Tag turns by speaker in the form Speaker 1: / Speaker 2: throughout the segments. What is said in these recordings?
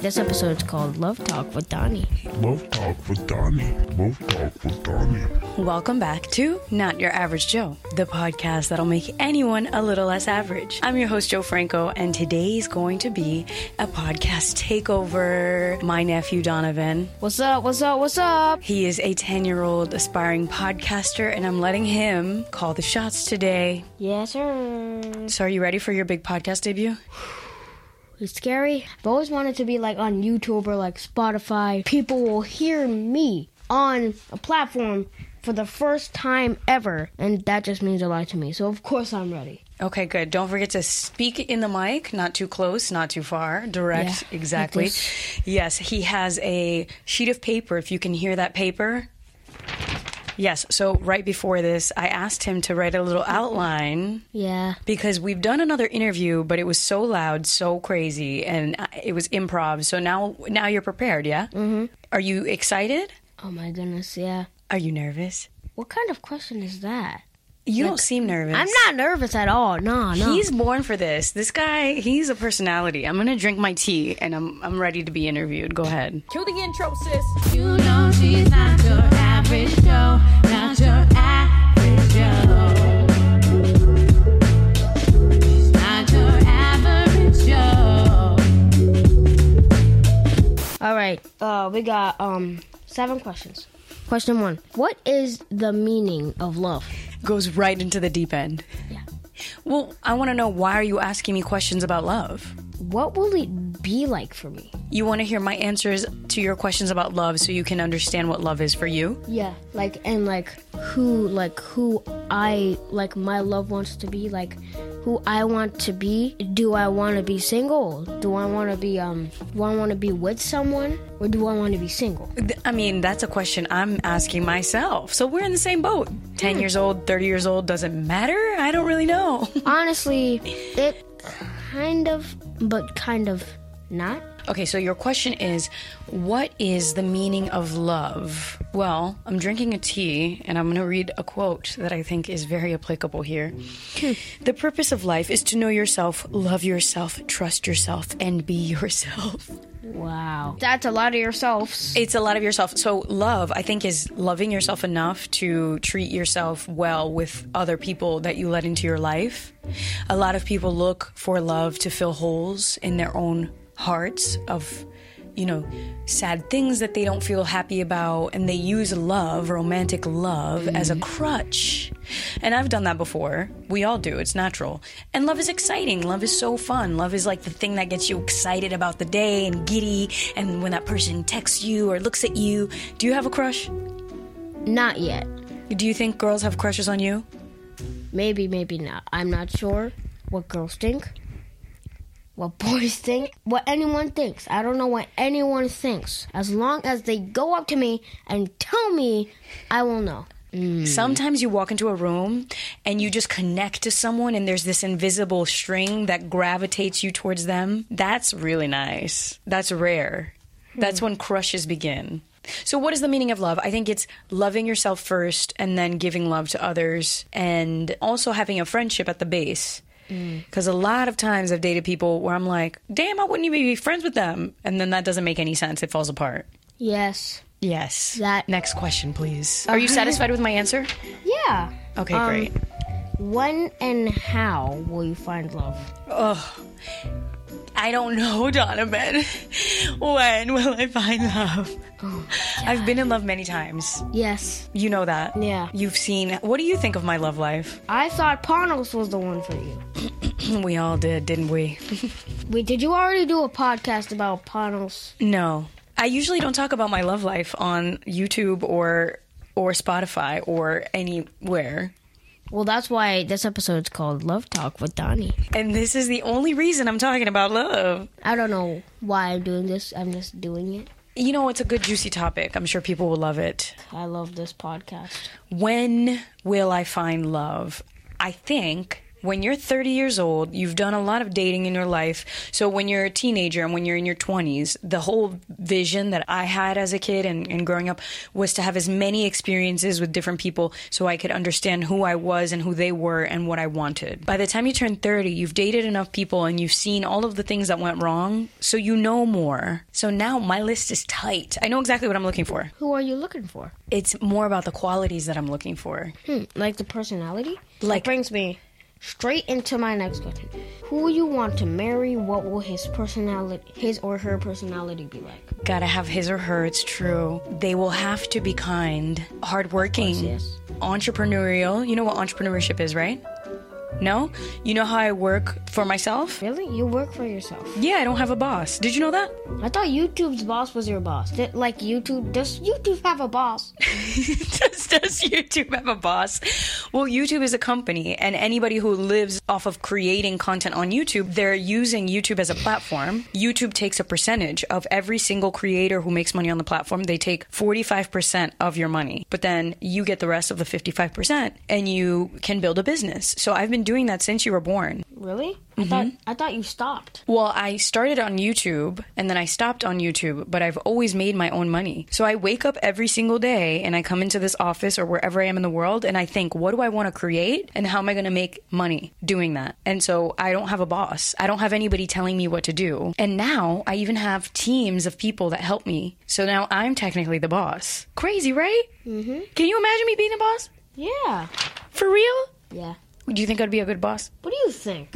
Speaker 1: This episode's called Love Talk with Donnie.
Speaker 2: Love Talk with Donnie. Love Talk with Donnie.
Speaker 3: Welcome back to Not Your Average Joe, the podcast that'll make anyone a little less average. I'm your host, Joe Franco, and today's going to be a podcast takeover. My nephew, Donovan,
Speaker 1: What's up? What's up? What's up?
Speaker 3: he is a 10 year old aspiring podcaster, and I'm letting him call the shots today.
Speaker 1: Yes, sir.
Speaker 3: So, are you ready for your big podcast debut?
Speaker 1: It's scary. I've always wanted to be like on YouTube or like Spotify. People will hear me on a platform for the first time ever, and that just means a lot to me. So of course I'm ready.
Speaker 3: Okay, good. Don't forget to speak in the mic, not too close, not too far, direct,
Speaker 1: Yeah,
Speaker 3: exactly.
Speaker 1: like
Speaker 3: yes, he has a sheet of paper. If you can hear that paper. Yes, so right before this, I asked him to write a little outline
Speaker 1: Yeah.
Speaker 3: because we've done another interview, but it was so loud, so crazy, and uh, it was improv. So now now you're prepared, yeah? Mm-hmm. Are you excited?
Speaker 1: Oh my goodness. Yeah.
Speaker 3: Are you nervous?
Speaker 1: What kind of question is that?
Speaker 3: You don't seem nervous.
Speaker 1: I'm not nervous at all. No, no.
Speaker 3: He's born for this. This guy, he's a personality. I'm gonna drink my tea and I'm I'm ready to be interviewed. Go ahead.
Speaker 4: Cue the intro, sis.
Speaker 5: You know she's not your average Joe, not your average Joe. She's not your average Joe.
Speaker 1: All right. Uh, we got um seven questions. Question one: What is the meaning of love?
Speaker 3: Goes right into the deep end.
Speaker 1: Yeah.
Speaker 3: Well, I wanna know why are you asking me questions about love?
Speaker 1: What will it be like for me?
Speaker 3: You wanna hear my answers to your questions about love so you can understand what love is for you?
Speaker 1: Yeah, like and like who like who I like my love wants to be like who I want to be. Do I want to be single? Do I want to be um do I want to be with someone or do I want to be single?
Speaker 3: Th- I mean, that's a question I'm asking myself. So we're in the same boat. 10 years old, 30 years old, doesn't matter? I don't really know.
Speaker 1: Honestly, it kind of but kind of not.
Speaker 3: Okay, so your question is what is the meaning of love? Well, I'm drinking a tea and I'm going to read a quote that I think is very applicable here. the purpose of life is to know yourself, love yourself, trust yourself, and be yourself.
Speaker 1: Wow. That's a lot of yourselves.
Speaker 3: It's a lot of yourself. So, love, I think, is loving yourself enough to treat yourself well with other people that you let into your life. A lot of people look for love to fill holes in their own hearts of, you know, sad things that they don't feel happy about. And they use love, romantic love, as a crutch. And I've done that before. We all do. It's natural. And love is exciting. Love is so fun. Love is like the thing that gets you excited about the day and giddy. And when that person texts you or looks at you, do you have a crush?
Speaker 1: Not yet.
Speaker 3: Do you think girls have crushes on you?
Speaker 1: Maybe, maybe not. I'm not sure what girls think, what boys think, what anyone thinks. I don't know what anyone thinks. As long as they go up to me and tell me, I will know.
Speaker 3: Sometimes you walk into a room and you just connect to someone, and there's this invisible string that gravitates you towards them. That's really nice. That's rare. That's when crushes begin. So, what is the meaning of love? I think it's loving yourself first and then giving love to others, and also having a friendship at the base. Because a lot of times I've dated people where I'm like, damn, I wouldn't even be friends with them. And then that doesn't make any sense. It falls apart.
Speaker 1: Yes.
Speaker 3: Yes.
Speaker 1: That-
Speaker 3: Next question, please. Are you satisfied with my answer?
Speaker 1: Yeah.
Speaker 3: Okay,
Speaker 1: Um,
Speaker 3: great.
Speaker 1: When and how will you find love?
Speaker 3: I don't know, Donovan. When will I find love? I've been in love many times.
Speaker 1: Yes.
Speaker 3: You know that.
Speaker 1: Yeah.
Speaker 3: You've seen. What do you think of my love life?
Speaker 1: I thought Ponos was the one for you.
Speaker 3: We all did, didn't we?
Speaker 1: Wait, did you already do a podcast about Ponos?
Speaker 3: No. I usually don't talk about my love life on YouTube or or Spotify or anywhere
Speaker 1: Well, that's why this episode's called Love Talk with Donnie.
Speaker 3: And this is the only reason I'm talking about love.
Speaker 1: I don't know why I'm doing this. I'm just doing it.
Speaker 3: You know, it's a good, juicy topic. I'm sure people will love it.
Speaker 1: I love this podcast.
Speaker 3: When will I find love? I think when you're 30 years old, you've done a lot of dating in your life. So when you're a teenager and when you're in your 20s, the whole vision that I had as a kid and, and growing up was to have as many experiences with different people so I could understand who I was and who they were and what I wanted. By the time you turn 30, you've dated enough people and you've seen all of the things that went wrong. So you know more. So now my list is tight. I know exactly what I'm looking for.
Speaker 1: Who are you looking for?
Speaker 3: It's more about the qualities that I'm looking for.
Speaker 1: Hmm, like the personality?
Speaker 3: Like-
Speaker 1: Like brings me straight into my next question. Who will you want to marry? What will his personality his or her personality be like?
Speaker 3: Gotta have his or her, it's true. They will have to be kind, hardworking,
Speaker 1: yes.
Speaker 3: entrepreneurial. You know what entrepreneurship is, right? No? You know how I work for myself?
Speaker 1: Really? You work for yourself.
Speaker 3: Yeah, I don't have a boss. Did you know that?
Speaker 1: I thought YouTube's boss was your boss. Did, like YouTube does YouTube have a boss?
Speaker 3: does, does YouTube have a boss? Well, YouTube is a company, and anybody who lives off of creating content on YouTube, they're using YouTube as a platform. YouTube takes a percentage of every single creator who makes money on the platform. They take 45% of your money, but then you get the rest of the 55%, and you can build a business. So I've been doing that since you were born.
Speaker 1: Really? Mm-hmm. I thought I thought you stopped.
Speaker 3: Well, I started on YouTube and then I stopped on YouTube, but I've always made my own money. So I wake up every single day and I come into this office or wherever I am in the world and I think, what do I want to create and how am I going to make money doing that? And so I don't have a boss. I don't have anybody telling me what to do. And now I even have teams of people that help me. So now I'm technically the boss. Crazy, right? Mm-hmm. Can you imagine me being the boss?
Speaker 1: Yeah.
Speaker 3: For real?
Speaker 1: Yeah.
Speaker 3: Do you think I'd be a good boss?
Speaker 1: What do you think?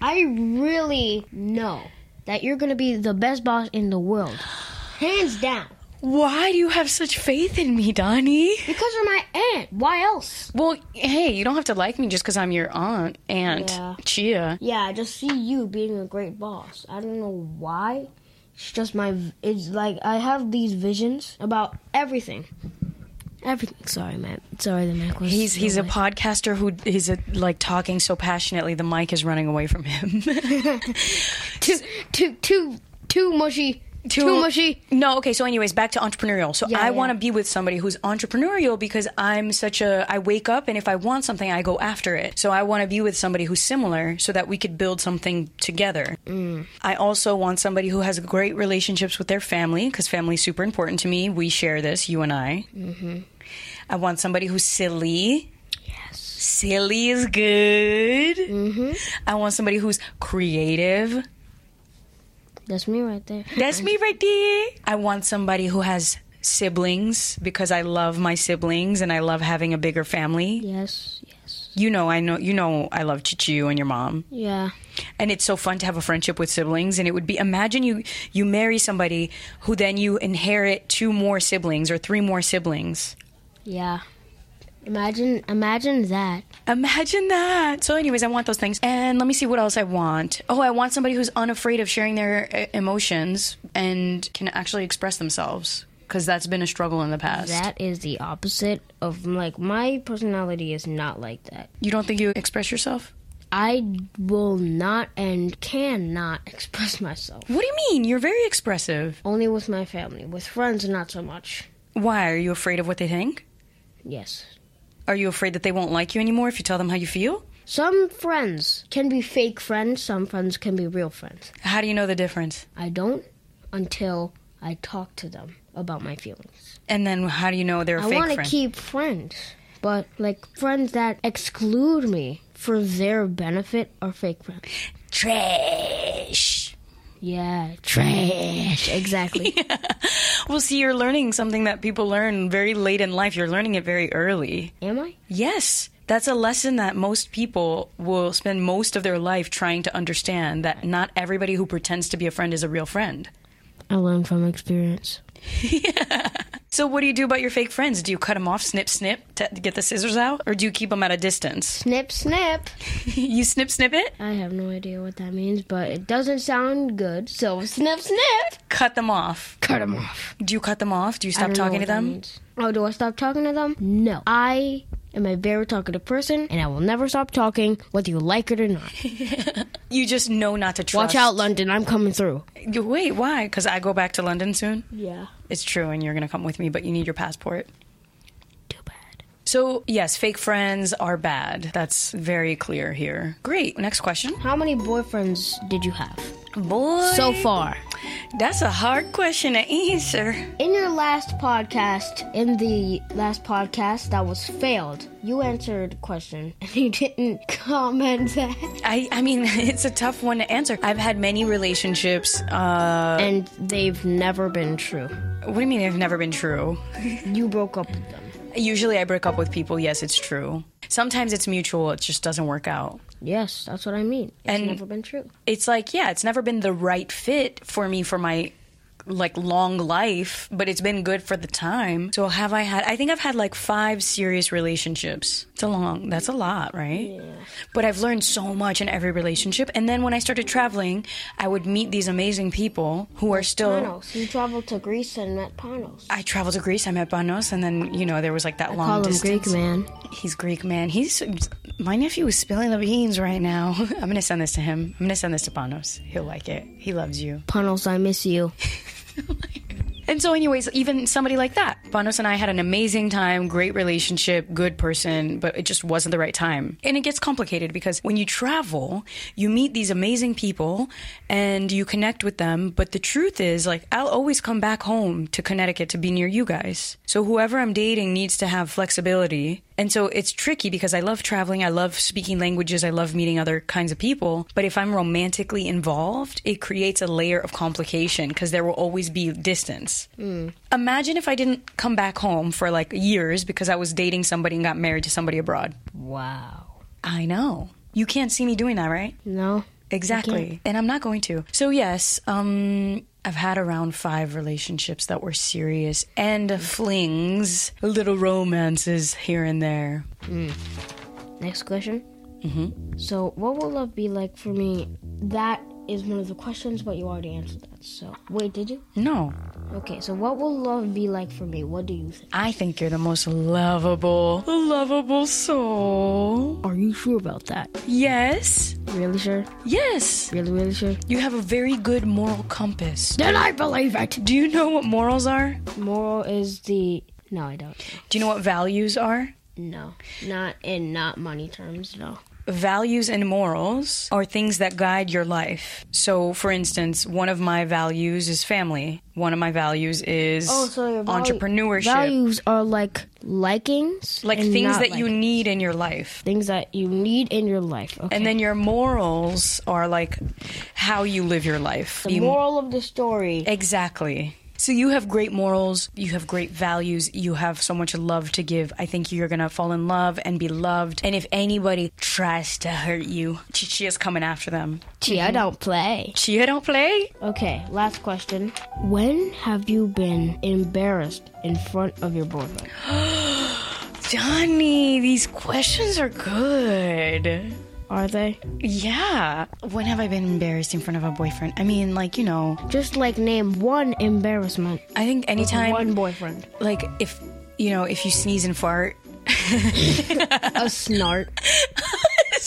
Speaker 1: I really know that you're gonna be the best boss in the world. Hands down.
Speaker 3: Why do you have such faith in me, Donnie?
Speaker 1: Because you're my aunt. Why else?
Speaker 3: Well, hey, you don't have to like me just because I'm your aunt, aunt,
Speaker 1: Yeah.
Speaker 3: Chia.
Speaker 1: Yeah, I just see you being a great boss. I don't know why. It's just my. It's like I have these visions about everything. Everything. Sorry, Matt. Sorry, the Mac was.
Speaker 3: He's he's a podcaster who he's a, like talking so passionately the mic is running away from him.
Speaker 1: too too too too mushy. Too, mushy.
Speaker 3: No, okay. So, anyways, back to entrepreneurial. So,
Speaker 1: Yeah,
Speaker 3: I
Speaker 1: yeah.
Speaker 3: want to be with somebody who's entrepreneurial because I'm such a. I wake up and if I want something, I go after it. So, I want to be with somebody who's similar so that we could build something together.
Speaker 1: Mm.
Speaker 3: I also want somebody who has great relationships with their family because family's super important to me. We share this, you and I. Mm-hmm. I want somebody who's silly. Yes. Silly is good. Mm-hmm. I want somebody who's creative.
Speaker 1: That's me right there.
Speaker 3: That's me right there. I want somebody who has siblings because I love my siblings and I love having a bigger family.
Speaker 1: Yes. Yes.
Speaker 3: You know, I know you know I love Chichu and your mom.
Speaker 1: Yeah.
Speaker 3: And it's so fun to have a friendship with siblings and it would be imagine you you marry somebody who then you inherit two more siblings or three more siblings.
Speaker 1: Yeah. Imagine. Imagine that.
Speaker 3: Imagine that. So anyways, I want those things. And let me see what else I want. Oh, I want somebody who's unafraid of sharing their uh, emotions and can actually express themselves. Because that's been a struggle in the past.
Speaker 1: That is the opposite of like my personality is not like that.
Speaker 3: You don't think you express yourself?
Speaker 1: I will not and cannot express myself.
Speaker 3: What do you mean? You're very expressive.
Speaker 1: Only with my family. With friends, not so much.
Speaker 3: Why? Are you afraid of what they think?
Speaker 1: Yes.
Speaker 3: Are you afraid that they won't like you anymore if you tell them how you feel?
Speaker 1: Some friends can be fake friends, some friends can be real friends.
Speaker 3: How do you know the difference?
Speaker 1: I don't until I talk to them about my feelings.
Speaker 3: And then how do you know they're a
Speaker 1: I
Speaker 3: fake
Speaker 1: want to
Speaker 3: friend?
Speaker 1: keep friends, but like friends that exclude me for their benefit are fake friends.
Speaker 3: Trash.
Speaker 1: Yeah, trash. Exactly.
Speaker 3: Well, see, you're learning something that people learn very late in life. You're learning it very early.
Speaker 1: Am I?
Speaker 3: Yes. That's a lesson that most people will spend most of their life trying to understand that not everybody who pretends to be a friend is a real friend.
Speaker 1: I learned from experience.
Speaker 3: So, what do you do about your fake friends? Do you cut them off, snip, snip, to get the scissors out, or do you keep them at a distance?
Speaker 1: Snip, snip.
Speaker 3: you snip, snip it,
Speaker 1: I have no idea what that means, but it doesn't sound good. So snip, snip.
Speaker 3: cut them off.
Speaker 1: Cut him off.
Speaker 3: Do you cut them off? Do you stop talking to them?
Speaker 1: Oh, do I stop talking to them? No. I am a very talkative person, and I will never stop talking, whether you like it or not.
Speaker 3: You just know not to
Speaker 1: Watch
Speaker 3: trust.
Speaker 1: out, London. I'm coming through.
Speaker 3: You- Wait, why? Because I go back to London soon.
Speaker 1: Yeah.
Speaker 3: It's true, and you're going to come with me, but you need your passport.
Speaker 1: Too bad.
Speaker 3: So, yes, fake friends are bad. That's very clear here. Great. Next question.
Speaker 1: How many boyfriends did you have
Speaker 3: Boy,
Speaker 1: so far?
Speaker 3: that's a hard question to answer.
Speaker 1: In your last podcast, in the last podcast that was failed, you answered a question and you didn't comment that.
Speaker 3: I, I mean, it's a tough one to answer. I've had many relationships. Uh,
Speaker 1: and they've never been true.
Speaker 3: what do you mean they've never been true?
Speaker 1: You broke up with them.
Speaker 3: Usually I break up with people. Yes, it's true. Sometimes it's mutual, it just doesn't work out.
Speaker 1: Yes, that's what I mean. It's
Speaker 3: And-
Speaker 1: never been true.
Speaker 3: It's like, yeah, it's never been the right fit for me for my like long life, but it's been good for the time. So have I had I think I've had like 5 serious relationships. It's a long that's a lot, right? But I've learned so much in every relationship. And then when I started traveling, I would meet these amazing people who are still
Speaker 1: Panos, you traveled to Greece and met Panos.
Speaker 3: I traveled to Greece. I met Banos, and then you know there was like that long
Speaker 1: Call him
Speaker 3: distance.
Speaker 1: Greek man.
Speaker 3: He's Greek man. He's my nephew is spilling the beans right now. I'm gonna send this to him. I'm gonna send this to Banos. He'll like it. He loves you.
Speaker 1: Panos, I miss you.
Speaker 3: And so, anyways, even somebody like that, Banos and I had an amazing time, great relationship, good person, but it just wasn't the right time. And it gets complicated because when you travel, you meet these amazing people and you connect with them. But the truth is, like, I'll always come back home to Connecticut to be near you guys. So, whoever I'm dating needs to have flexibility. And so it's tricky because I love traveling. I love speaking languages. I love meeting other kinds of people. But if I'm romantically involved, it creates a layer of complication because there will always be distance. Imagine if I didn't come back home for like years because I was dating somebody and got married to somebody abroad.
Speaker 1: Wow.
Speaker 3: I know. You can't see me doing that, right?
Speaker 1: No?
Speaker 3: Exactly. And I'm not going to. So, yes, um, I've had around five relationships that were serious and flings, little romances here and there.
Speaker 1: Next question. Mm-hmm. So, what will love be like for me? That is one of the questions, but you already answered that. So, wait, did you?
Speaker 3: No,
Speaker 1: Okay, so what will love be like for me? What do you think?
Speaker 3: I think you're the most lovable, lovable soul.
Speaker 1: Are you sure about that?
Speaker 3: Yes,
Speaker 1: Really sure?
Speaker 3: yes.
Speaker 1: Really, really sure?
Speaker 3: You have a very good moral compass.
Speaker 1: Then I believe it!
Speaker 3: Do you know what morals are?
Speaker 1: Moral is the. No, I don't.
Speaker 3: Do you know what values are?
Speaker 1: No. Not in not money terms, no.
Speaker 3: Values and morals are things that guide your life. So, for instance, one of my values is family. One of my values is
Speaker 1: Oh, so your valu-
Speaker 3: entrepreneurship.
Speaker 1: Values are like likings,
Speaker 3: Like
Speaker 1: and
Speaker 3: things
Speaker 1: not
Speaker 3: that you
Speaker 1: likings.
Speaker 3: need in your life.
Speaker 1: things that you need in your life. Okay.
Speaker 3: And then your morals are like how you live your life.
Speaker 1: the
Speaker 3: You-
Speaker 1: moral of the story.
Speaker 3: Exactly. So you have great morals, you have great values, you have so much love to give. I think you're going to fall in love and be loved. And if anybody tries to hurt you, Chi Chi is coming after them.
Speaker 1: Gee, I don't play.
Speaker 3: Chia don't play?
Speaker 1: Okay, last question. When have you been embarrassed in front of your boyfriend?
Speaker 3: Johnny, these questions are good.
Speaker 1: Are they?
Speaker 3: Yeah. When have I been embarrassed in front of a boyfriend? I mean, like, you know,
Speaker 1: Just like name one embarrassment.
Speaker 3: I think anytime,
Speaker 1: One boyfriend.
Speaker 3: like, if, you know, if you sneeze and fart,
Speaker 1: A snart.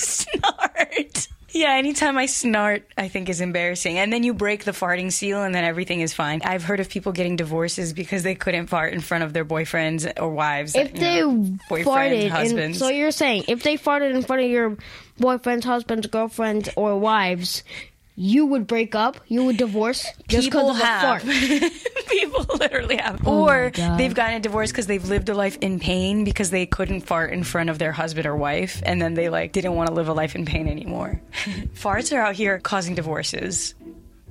Speaker 3: snart. Yeah, anytime I snart, I think is embarrassing. And then you break the farting seal, and then everything is fine. I've heard of people getting divorces because they couldn't fart in front of their boyfriends or wives.
Speaker 1: If
Speaker 3: you
Speaker 1: they
Speaker 3: know,
Speaker 1: farted,
Speaker 3: boyfriend,
Speaker 1: in-
Speaker 3: husbands.
Speaker 1: so you're saying if they farted in front of your boyfriend's, husband's, girlfriend's, or wives, you would break up, you would divorce just
Speaker 3: people
Speaker 1: because of a Oh
Speaker 3: have.
Speaker 1: fart.
Speaker 3: people literally have. or they've gotten a divorce because they've lived a life in pain because they couldn't fart in front of their husband or wife, and then they like didn't want to live a life in pain anymore. Farts are out here causing divorces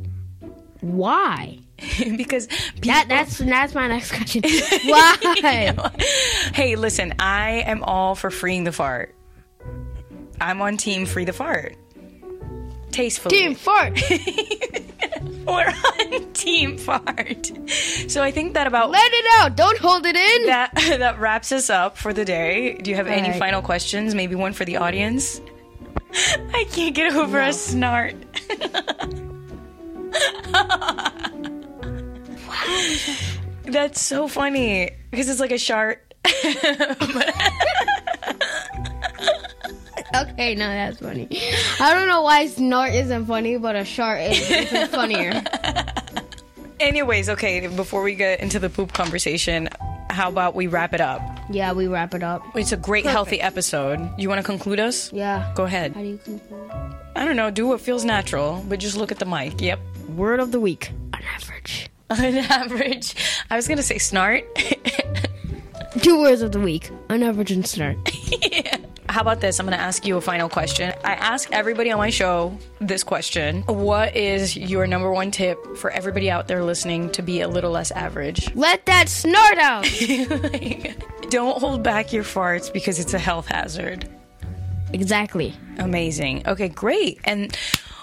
Speaker 1: Why?
Speaker 3: because people
Speaker 1: That that's that's my next question. Why?
Speaker 3: Hey, listen, I am all for freeing the fart. I'm on team free the fart. Tastefully.
Speaker 1: Team fart.
Speaker 3: We're on team fart. So I think that about
Speaker 1: Let it out. Don't hold it in.
Speaker 3: that that wraps us up for the day. Do you have any
Speaker 1: right.
Speaker 3: final questions? Maybe one for the audience? I can't get over a snort. That's so funny because it's like a shart.
Speaker 1: Okay, no, that's funny. I don't know why snort isn't funny, but a shark is even funnier.
Speaker 3: Anyways, okay, before we get into the poop conversation, how about we wrap it up?
Speaker 1: Yeah, we wrap it up.
Speaker 3: It's a great, healthy episode. You want to conclude us?
Speaker 1: Yeah.
Speaker 3: Go ahead.
Speaker 1: How do you conclude?
Speaker 3: I don't know. Do what feels natural, but just look at the mic. Yep.
Speaker 4: Word of the week.
Speaker 1: On average.
Speaker 3: On average, I was gonna say snart.
Speaker 1: Two words of the week. On average and snort.
Speaker 3: How about this? I'm gonna ask you a final question. I ask everybody on my show this question: What is your number one tip for everybody out there listening to be a little less average?
Speaker 1: Let that snort out.
Speaker 3: Don't hold back your farts because it's a health hazard.
Speaker 4: Exactly.
Speaker 3: Amazing. Okay, great. And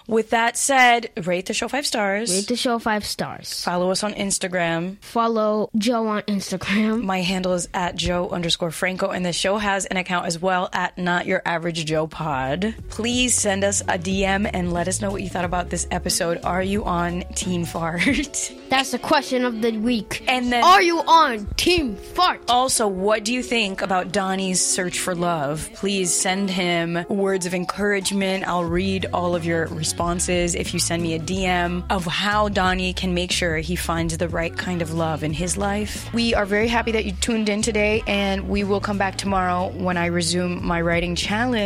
Speaker 3: with that said, rate the show five stars.
Speaker 1: Rate the show five stars.
Speaker 3: Follow us on Instagram.
Speaker 1: Follow Joe on Instagram.
Speaker 3: My handle is at Joe underscore Franco, and the show has an account as well at Not Your Average Joe Pod. Please send us a DM and let us know what you thought about this episode. Are you on Teen Fart?
Speaker 1: That's the question of the week.
Speaker 3: And then- Oh,
Speaker 1: are you on Team Fart?
Speaker 3: Also, what do you think about Donnie's search for love? Please send him words of encouragement. I'll read all of your responses if you send me a DM of how Donnie can make sure he finds the right kind of love in his life. We are very happy that you tuned in today, and we will come back tomorrow when I resume my writing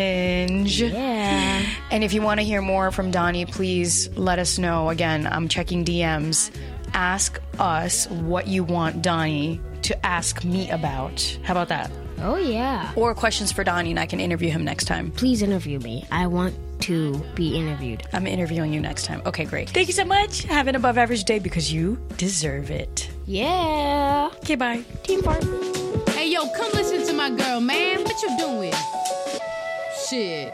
Speaker 3: challenge.
Speaker 4: Yeah.
Speaker 3: And if you want to hear more from Donnie, please let us know. Again, I'm checking DMs. Ask us what you want Donnie to ask me about. How about that?
Speaker 1: Oh yeah.
Speaker 3: Or questions for Donnie, and I can interview him next time.
Speaker 1: Please interview me. I want to be interviewed.
Speaker 3: I'm interviewing you next time. Okay, great. Thank you so much. Have an above average day because you deserve it.
Speaker 1: Yeah.
Speaker 3: Okay, bye.
Speaker 1: Team Fart.
Speaker 5: Hey yo, come listen to my girl, man. What you doing? Shit.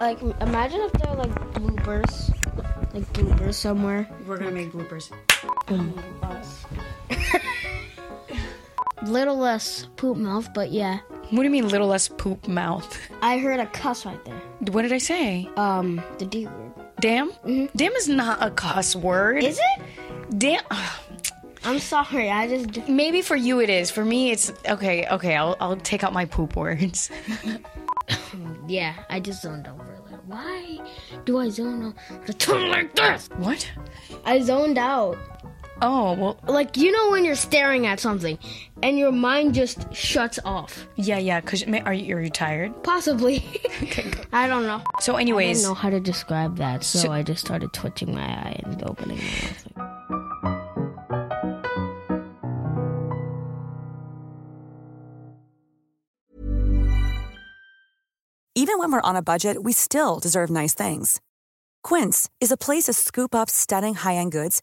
Speaker 1: Like imagine if there are like bloopers. Like bloopers somewhere. Mm.
Speaker 3: We're gonna make bloopers.
Speaker 1: Little less poop mouth, but yeah.
Speaker 3: What do you mean, little less poop mouth?
Speaker 1: I heard a cuss right there.
Speaker 3: What did I say?
Speaker 1: Um, the D word.
Speaker 3: Damn? Damn is not a cuss word.
Speaker 1: Is it?
Speaker 3: Damn.
Speaker 1: I'm sorry. I just
Speaker 3: Maybe for you it is. For me, it's okay. Okay, I'll, I'll take out my poop words.
Speaker 1: yeah. I just zoned over. Like, why do I zone out the tongue like this?
Speaker 3: What?
Speaker 1: I zoned out.
Speaker 3: Oh well,
Speaker 1: Like you know when you're staring at something, and your mind just shuts off.
Speaker 3: yeah, yeah. Cause ma- are you are you tired?
Speaker 1: Possibly. I don't know.
Speaker 3: So,
Speaker 1: I didn't
Speaker 3: anyways,
Speaker 1: know how to describe that, so, I just started twitching my eye and opening my mouth.
Speaker 6: Even when we're on a budget, we still deserve nice things. Quince is a place to scoop up stunning high end goods